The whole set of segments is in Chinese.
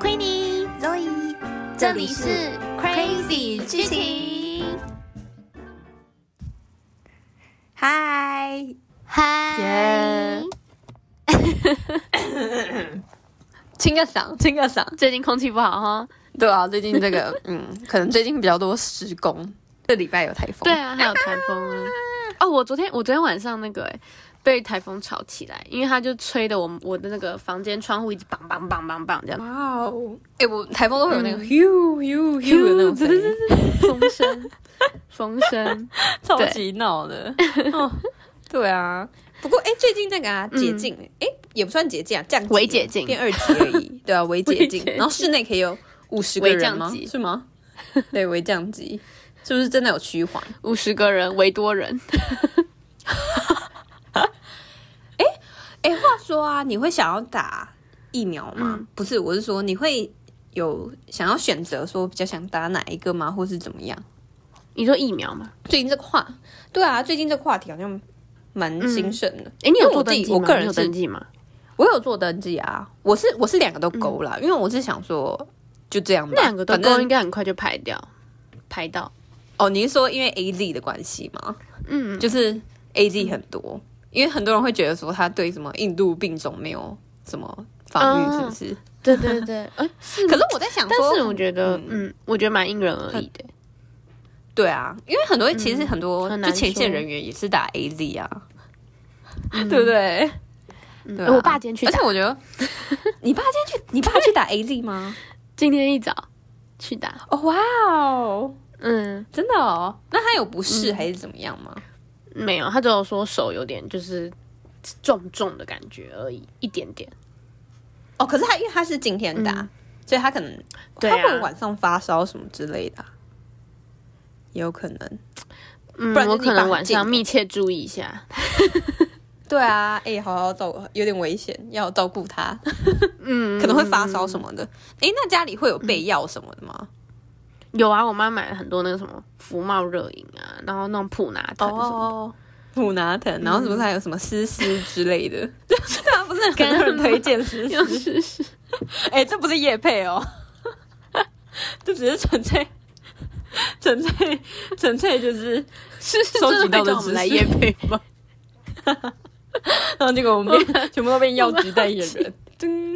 Queenie， Zoe，这里是 Crazy 剧情。嗨，嗨清个嗓，清个嗓。最近空气不好哈。对啊，最近这个， 嗯，可能最近比较多施工。这礼拜有台风，对，啊，还有台风啊。哦，我昨天我昨天晚上那个、欸、被台风吵起来，因为它就吹的我我的那个房间窗户一直梆梆梆梆梆这样，哇哦，哎，我台风都会有那个 u u u 的那 种声音，风声风声。超级闹的。哦，对啊。不过，哎，最近那个啊，解禁，哎，也不算解禁啊，降级微解禁变二级而 已。对啊，微解禁微解。禁然后室内可以有五十个人吗微降级？是吗？对，微降级，是不是真的有趋缓？五十个人，维多人，哎、话说啊，你会想要打疫苗吗？嗯不是，我是说你会有想要选择说比较想打哪一个吗，或是怎么样？你说疫苗吗？最近这个话，对啊，最近这个话题好像蛮兴盛的。哎、你有因为做我自登己记我吗？个你人有是登记吗？我有做登记啊，我是我是两个都勾了，因为我是想说就这样吧，那两个都反勾正应该很快就排掉，排到。哦，你是说因为 A Z 的关系吗？嗯，就是 A Z 很多，因为很多人会觉得说他对什么印度病种没有什么防御，嗯是不是？对对对，哎、是吗可是我在想但说，是我觉得，嗯，我觉得蛮因人而异的。对啊，因为很多其实嗯很多、很难就前线说人员也是打 AZ 啊，对不对？嗯哎对啊我爸今天去而打且，我 觉得你爸今天去，你爸去打 AZ 吗？今天一早去打。 哦哇哦，嗯，真的哦？那他有不适还是怎么样吗？没有，他只有说手有点就是重重的感觉而已，一点点。哦，可是他因为他是今天打，所以他可能、对他啊会不会晚上发烧什么之类的啊、也有可能。嗯不然，就我是你可把能它晚戒上掉密切注意一下。对啊，哎、好好照顾，有点危险，要照顾他，嗯， 可能会发烧什么的。哎、那家里会有备药什么的吗？有啊，我妈买了很多那个什么福茂热饮啊，然后那种普拿疼什 么哦，嗯普拿疼，然后是不是还有什么丝丝之类 的？就是他不是很多人推荐丝的，丝？又是 哎、这不是叶配哦， 这只是纯粹、纯粹、纯粹就是是收集真会到的找我知识们来夜配吗？然后结 果我们变全部都变药局代言人，叮。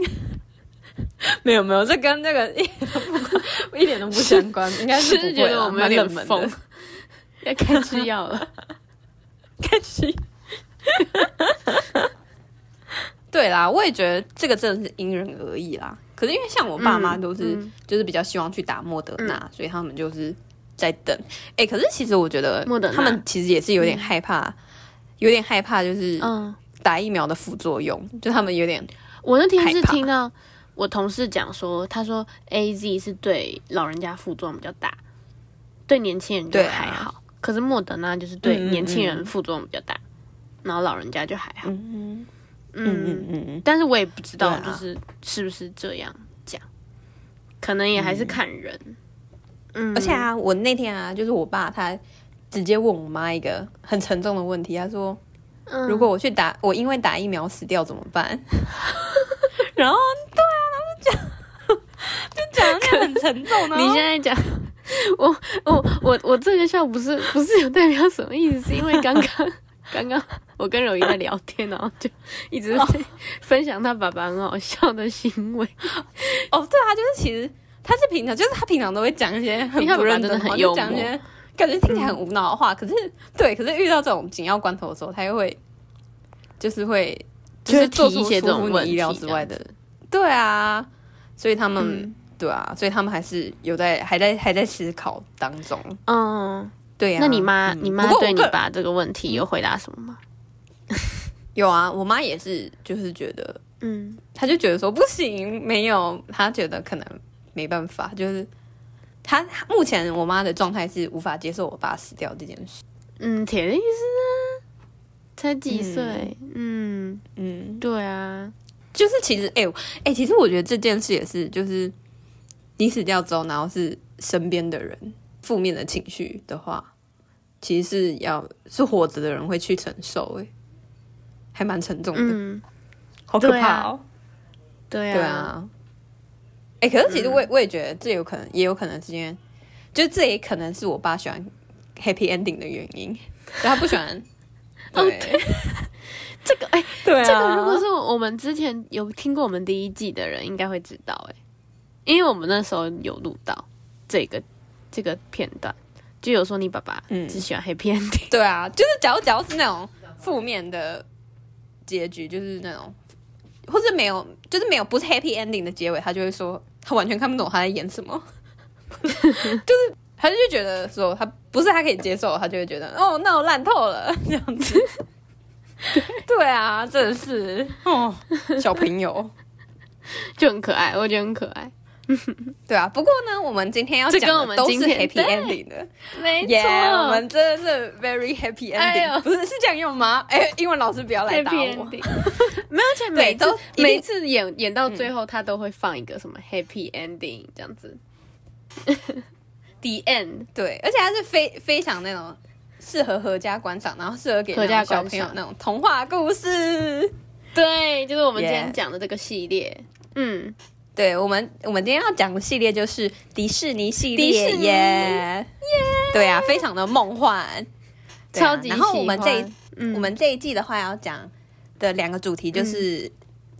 没有没有，这跟那个一点都不 关，一点都不相关，应该是不会觉得啦我们有蛮点冷门疯的。， 要开吃药了。开心。对啦，我也觉得这个真的是因人而异啦。可是因为像我爸妈嗯都是、嗯就是比较希望去打莫德纳，所以他们就是在等。哎、可是其实我觉得莫德纳他们其实也是有点害怕，有点害怕就是 嗯，打疫苗的副作用，就他们有点我那天害是怕听到我同事讲说，他说 A Z 是对老人家副作用比较大，对年轻人就对啊还好，可是莫德纳就是对嗯嗯年轻人副作用比较大，然后老人家就还好。嗯嗯嗯，嗯嗯嗯。但是我也不知道对啊就是是不是这样讲，可能也还是看人。嗯，而且啊，我那天啊，就是我爸他直接问我妈一个很沉重的问题，他说：“嗯如果我去打，我因为打疫苗死掉怎么办？”然后对啊，他们讲就讲得那个很沉 重呢。你现在讲， 我我我我这个笑不是不是有代表什么意思？是因为刚 刚刚刚我跟柔仪在聊天，然后就一直在分享他爸爸很好笑的行为。哦，对啊，就是其实他是平常，就是他平常都会讲一些很因为他不爸爸认真的的话，很就幽讲一默些感觉听起来很无脑的话。可是对，可是遇到这种紧要关头的时候，他又会就是会就就是会做提出一些这出乎种问你题意料之外的对啊，所以他们、嗯对啊，所以他们还是有在还在还在思考当中。嗯，对啊，那你妈、嗯你妈不过我对你个人爸这个问题有回答什么吗？有啊，我妈也是，就是觉得，嗯，她就觉得说不行，没有，她觉得可能没办法，就是她她目前我妈的状态是无法接受我爸死掉这件事。嗯，铁的意思呢？才几岁？嗯嗯，对啊，就是其实，哎、我哎、其实我觉得这件事也是，就是你死掉之后，然后是身边的人负面的情绪的话，其实是要是活着的人会去承受、哎，还蛮沉重的，嗯，好可怕哦、对对啊，哎、可是其实我也我也觉得这有可能，也有可能是因为，就这也可能是我爸喜欢 happy ending 的原因，就他不喜欢。 哦对这个哎、对啊，这个如果是我们之前有听过我们第一季的人，应该会知道哎、因为我们那时候有录到这个这个片段，就有说你爸爸嗯只喜欢 happy ending，、对啊，就是假如假如是那种负面的结局，就是那种，或是没有，就是没有不是 happy ending 的结尾，他就会说他完全看不懂他在演什么， 就是他就觉得说他不是他可以接受，他就会觉得哦，那我烂透了 这样子。对啊，真的是哦，小朋友。 就很可爱，我觉得很可爱。对啊，不过呢，我们今天要这跟讲我的们都是今天 happy 对 ending 的，没耶我们真的是 very happy ending，、哎呦不是是这样用吗？哎、英文老师不要来打 happy 我。 ending，没 有，而且对每都次一定每次演演到最后，他都会放一个什么 happy ending 这样子 ，the end，对，而且它是非非常那种适合合家观赏，然后适合给那合家种小观朋友赏那种童话故事。对，就是我们 Yeah 今天讲的这个系列，嗯，对我们，我们今天要讲的系列就是迪士尼系迪列士尼耶对啊，非常的梦幻，对啊超级然后我们这喜一欢、嗯我们这一季的话要讲的两个主题就是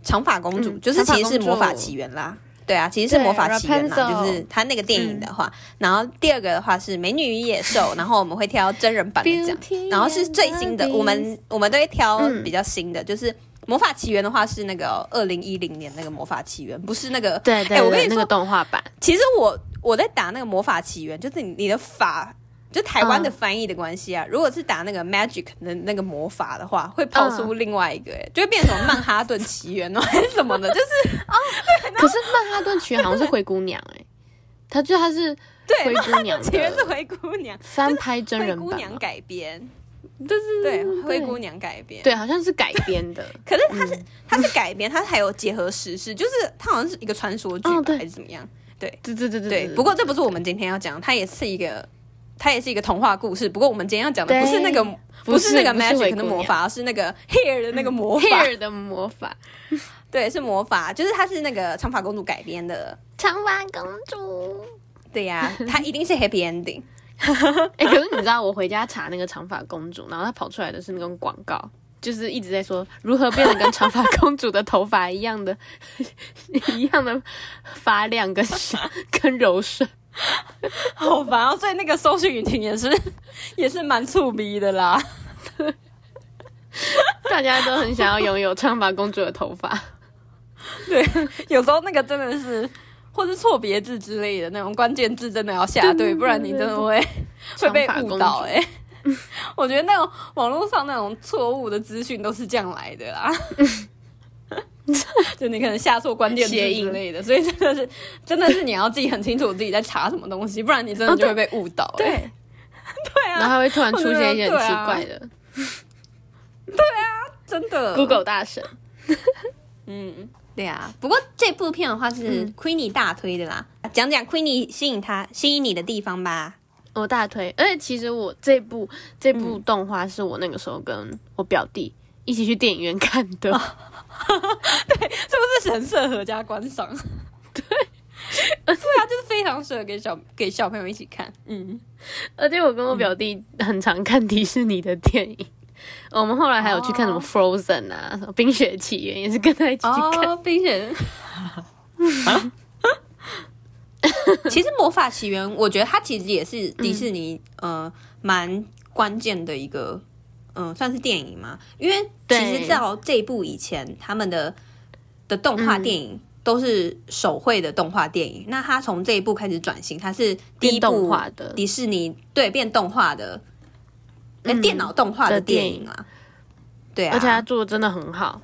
长发公主，嗯就是其长发实是公主魔法起源啦。对啊，其实是对魔法起源啦， Rapunzel 嗯就是它那个电影的话，然后第二个的话是美女与 野兽，然后我们会挑真人版的讲 Beauty，然后是最新的， and the 我们我们都会挑嗯比较新的，就是魔法起源的话是那个二零一零年那个魔法起源，不是那个对对哎我跟对，你那说个动画版，其实我我在打那个魔法起源，就是你你的法，就台湾的翻译的关系嗯啊。如果是打那个 magic 的那个魔法的话，会跑出另外一个、哎、就会变成什么曼哈顿奇缘哦， 还是什么的，就是可是曼哈顿群好像是灰姑娘哎、欸，他就他是对，灰曼姑哈娘 顿奇缘是的灰姑娘，翻拍真灰人姑版娘嘛，改编，对对对，灰对姑娘改编，。对，好嗯像是改编的，可是它是、它是改编，它还有结合时事，就是它好像是一个传说剧吧、哦对还是怎么样？对对对对 对，不过这不是我们今天要讲的，它也是一个，它也是一个童话故事。不过我们今天要讲的不是那个，不是那个不是灰 magic 姑的娘魔法，而是那 个 hair 的那个魔法。 hair 的魔法，对，是魔法，就是它是那个长发公主改编的。长发公主。对呀、 它一定是 happy ending。哎、可是你知道，我回家查那个长发公主，然后她跑出来的是那种广告，就是一直在说如何变得跟长发公主的头发一样的， 一样的发亮跟 跟柔顺。好烦哦！所以那个搜寻引擎也是 也是蛮触鼻的啦。大家都很想要拥有长发公主的头发。对，有时候那个真的是，或是错别字之类的那种关键字，真的要下对，不然你真的会 会被误导哎、欸 我觉得那种网络上那种错误的资讯都是这样来的啦。 就你可能下错关键字谐之音类的，所以真的是，真的是你要自己很清楚自己在查什么东西，不然你真的哦就对会被误导、欸对，对然后啊，还会突然出现一些我很奇觉得对啊怪的真的 Google 大神。嗯，对啊。嗯不过这部片的话是 Queenie 大推的啦，讲讲 Queenie 吸引他吸引你的地方吧。呃我大推，而且其实我这部这部嗯动画是我那个时候跟我表弟一起去电影院看的，哦是不是神社合家观赏？ 对，对啊，就是非常适合给小给小朋友一起看。嗯，而且我跟我表弟很常看迪士尼的电影。我们后来还有去看什么哦《Frozen》啊，什么《冰雪奇缘》，也是跟他一起去看。 哦，冰雪人。啊 其实《魔法起源》，我觉得它其实也嗯是迪士尼、呃蛮关键的一个，嗯、算是电影嘛。因为其实对到这一部以前，他们的的动画电影都是手绘的动画电嗯影。那它从这一部开始转型，它是第一变动部画的迪士尼对变动画的，哎、电脑动画嗯的的电电影啊。对啊，而且他做的真的很好。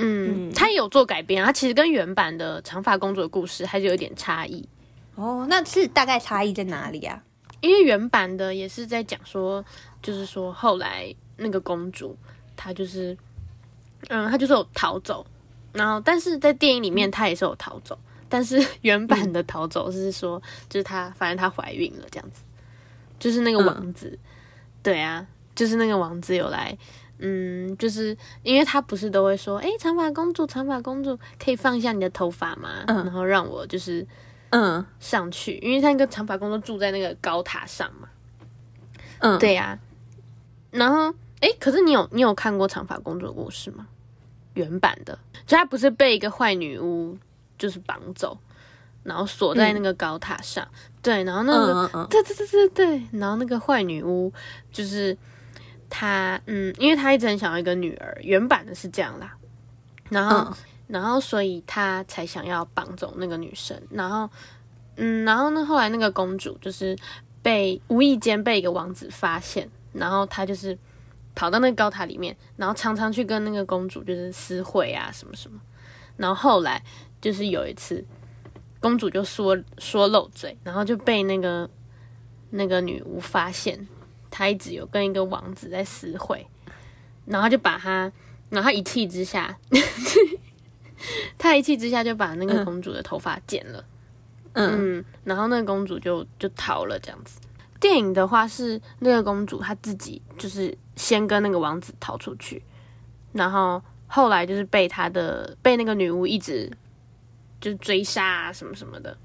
嗯，他也有做改编啊，他其实跟原版的长发公主的故事还是有一点差异。哦，那是大概差异在哪里啊？因为原版的也是在讲说，就是说后来那个公主她就是，嗯，她就是有逃走，然后但是在电影里面她也是有逃走，但是原版的逃走是说，就是她反正她怀孕了这样子，就是那个王子，对啊，就是那个王子有来嗯，就是因为他不是都会说，诶，长发公主，长发公主，可以放下你的头发吗？嗯然后让我就是嗯上去，因为他那个长发公主住在那个高塔上嘛。嗯，，对呀、然后诶，可是你有你有看过长发公主的故事吗？原版的，就她不是被一个坏女巫就是绑走，然后锁在那个高塔上。对，然后那个嗯嗯嗯对对对对对，然后那个坏女巫就是她，嗯，因为她一直很想要一个女儿，原版的是这样啦，然后、嗯然后所以她才想要绑走那个女生，然后嗯，然后呢，后来那个公主就是被无意间被一个王子发现，然后她就是跑到那个高塔里面，然后常常去跟那个公主就是私会啊什么什么，然后后来就是有一次。公主就说说漏嘴，然后就被那个那个女巫发现她一直有跟一个王子在私会，然后就把她，然后她一气之下， 她一气之下就把那个公主的头发剪了，嗯嗯，然后那个公主就就逃了这样子。电影的话是那个公主她自己就是先跟那个王子逃出去，然后后来就是被她的被那个女巫一直就是追杀啊什么什么的，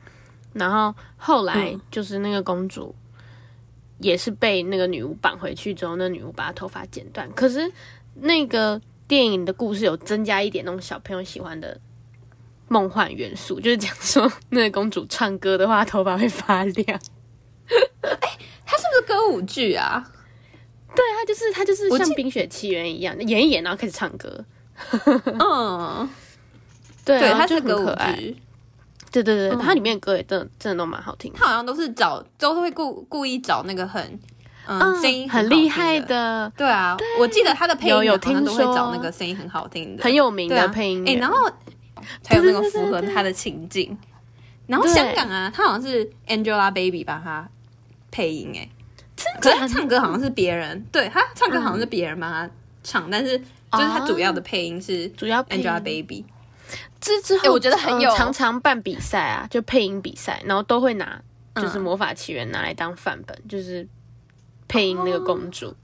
然后后来嗯就是那个公主也是被那个女巫绑回去之后，那女巫把她头发剪断，可是那个电影的故事有增加一点那种小朋友喜欢的梦幻元素，就是讲说那个公主唱歌的话，头发会发亮。 对，它是不是歌舞剧啊？她就是她就是我像记《冰雪奇缘》一样，演一演然后开始唱歌。嗯，对对，啊，它就是很歌可舞爱。嗯剧，对对对，它里面的歌也真的真的都蛮好听的。它好像都是找都会故故意找那个很嗯嗯声音很好厉听害的。的，对啊，我记得他的配音有有好像听都会说找那个声音很好听的，很有名对啊的配音哎、员。然后才有那个对对对符合对对他的情境。然后对香港啊，他好像是 Angelababy 帮他配音哎、真可是假他的唱歌好像嗯是别人，对他唱歌好像是别人帮他唱，但是就是他主要哦的配音是主要配音 Angelababy。之之后、哎我觉得很呃有常常办比赛啊，就配音比赛，然后都会拿就是《魔法奇缘》拿来当范本，就是配音那个公主。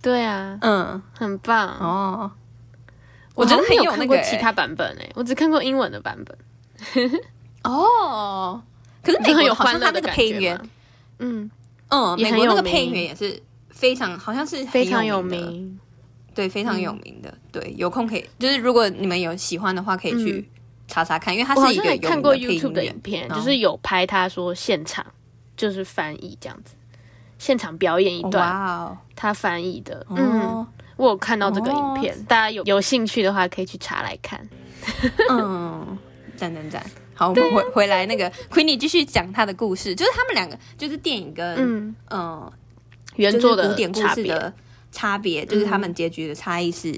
对啊，嗯，很棒。哦，我觉得好像没很有有那看个过欸、其他版本诶、我只看过英文的版本，哦。可是美就很国有好欢像乐他的那个感配音觉员嘛，。嗯，嗯，也美很国那个有配音名员也是非常，好像是非常很有有的名。嗯对，非常有名的。对，有空可以，就是如果你们有喜欢的话，可以去查查看，因为他嗯我好是一像个也有看名过的配嗯 YouTube 音的员影。片，然就后是有拍他说现场就是翻译这样子，现场表演一段哇哦，他翻译的。嗯，嗯我有看到这个哦影片，大家有有兴趣的话可以去查来看。 嗯，赞赞赞。好，我们回回来那个 Queenie 继续讲她的故事，就是他们两个，就是电影跟嗯，嗯，原就是作的古典故差事别，嗯的差别，就是他们结局的差异是，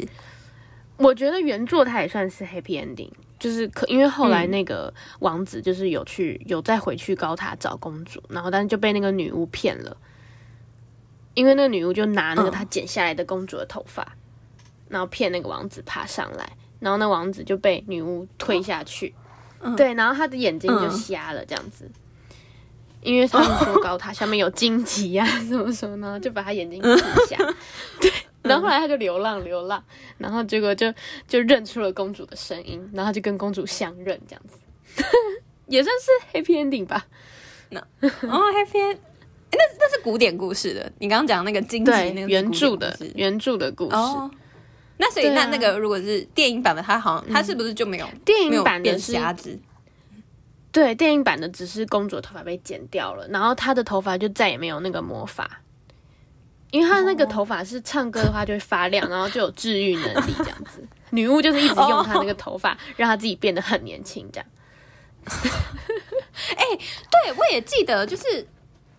我觉得原作它也算是 happy ending，就是可因为后来嗯那个王子就是有去有再回去高塔找公主，然后但是就被那个女巫骗了，因为那个女巫就拿那个嗯她剪下来的公主的头发，然后骗那个王子爬上来，然后那王子就被女巫推下去，嗯对，然后他的眼睛就嗯瞎了这样子。因为他们说高塔下面有荆棘啊，什么什么，然后就把他眼睛嗯刺瞎，然后后来他就流浪流浪，然后结果就就认出了公主的声音，然后就跟公主相认这样子，也算是 happy ending 吧。哦，Happy，End- 诶那那是古典故事的，你刚刚讲那个惊奇对那个，是原古典著故的事原著的故事，哦，那所以、对那啊那个如果是电影版的，它好像它是不是就没有电没影有版变的是瞎子？对电影版的只是公主的头发被剪掉了，然后她的头发就再也没有那个魔法，因为她那个头发是唱歌的话就会发亮，然后就有治愈能力这样 子。女巫就是一直用她那个头发，让她自己变得很年轻这样。对，我也记得，就是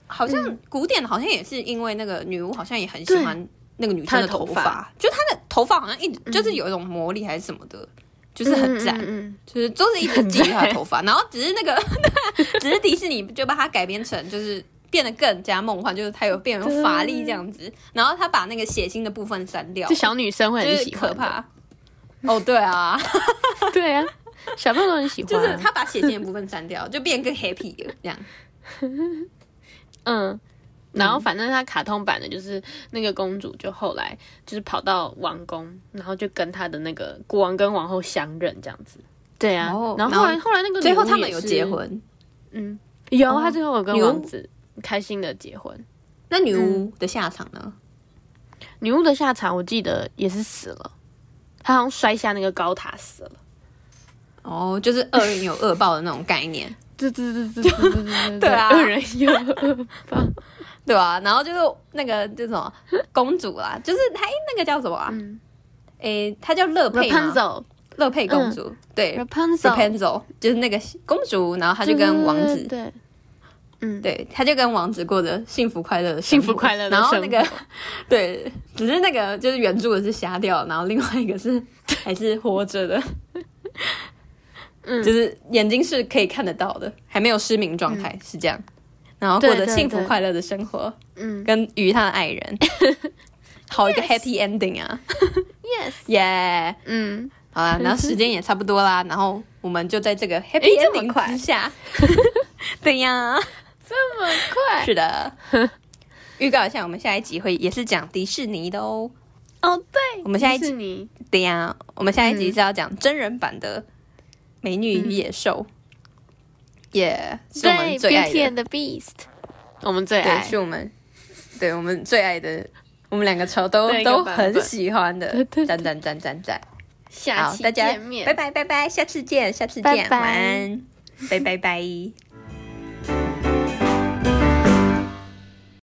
好嗯像古典好像也是因为那个女巫好像也很喜欢那个女生她的头头发发，嗯就她的头发好像一直就是有一种魔力还是什么的，就是很赞，嗯嗯嗯就是都是 一直觊觎她的头发，然后只是那个 只是迪士尼就把它改编成就是。变得更加梦幻，就是它有变成法力这样子，然后他把那个血腥的部分删掉，这小女生会就很是喜欢的，可怕。哦，对啊，对啊，小朋友都很喜欢 就啊、是他把血腥的部分删掉，就变更 happy 了，这样。嗯，然后反正他卡通版的就是那个公主，就后来就是跑到王宫，然后就跟他的那个国王跟王后相认这样子。对啊，哦然后后来然后来那个最后女巫他们也有是结，婚，嗯，有、哦他最后有跟女巫王子开心的结婚。那女巫嗯的下场呢？女巫的下场我记得也是死了，她好像摔下那个高塔死了。哦，就是恶人有恶报的那种概念，对对对对对对对对对啊恶人有恶报。对吧、然后就是那个叫什么公主啦，就是她诶那个叫什么啊？嗯诶、她叫乐佩吗？ Rapunzel，Rapunzel，乐佩公主，嗯对 Rapunzel 就是那个公主，然后她就跟王子，对，嗯，对，她就跟王子过着幸福快乐的生幸活福快乐的然后生那活个 对，只是那个就是原著的是瞎掉，然后另外一个是还是活着的，嗯就是眼睛是可以看得到的，还没有失明状嗯态、是这样。然后过对着对幸福对快乐的生活，嗯跟与他的 爱人，好一个 happy ending 啊！ ，Yes，耶、嗯，好 啦，然后时间也差不多啦，然后我们就在这个 happy 哎这么 ending 快之 下，对呀，这么快，是的。预告一下，我们下一集会也是讲迪士尼的哦。哦，对，我们下一迪士集，尼对呀，我们下一集是要讲真人版的《美女与野兽》，也、是我嗯对们最爱，Beauty 的， and the Beast，我们最对，爱，是我们，对我们最爱的，我们两个超都对一个都版很本喜欢的对，对赞赞赞赞赞。下好，期大家见面，拜拜拜拜，下次见，下次见，拜拜晚安，拜拜拜。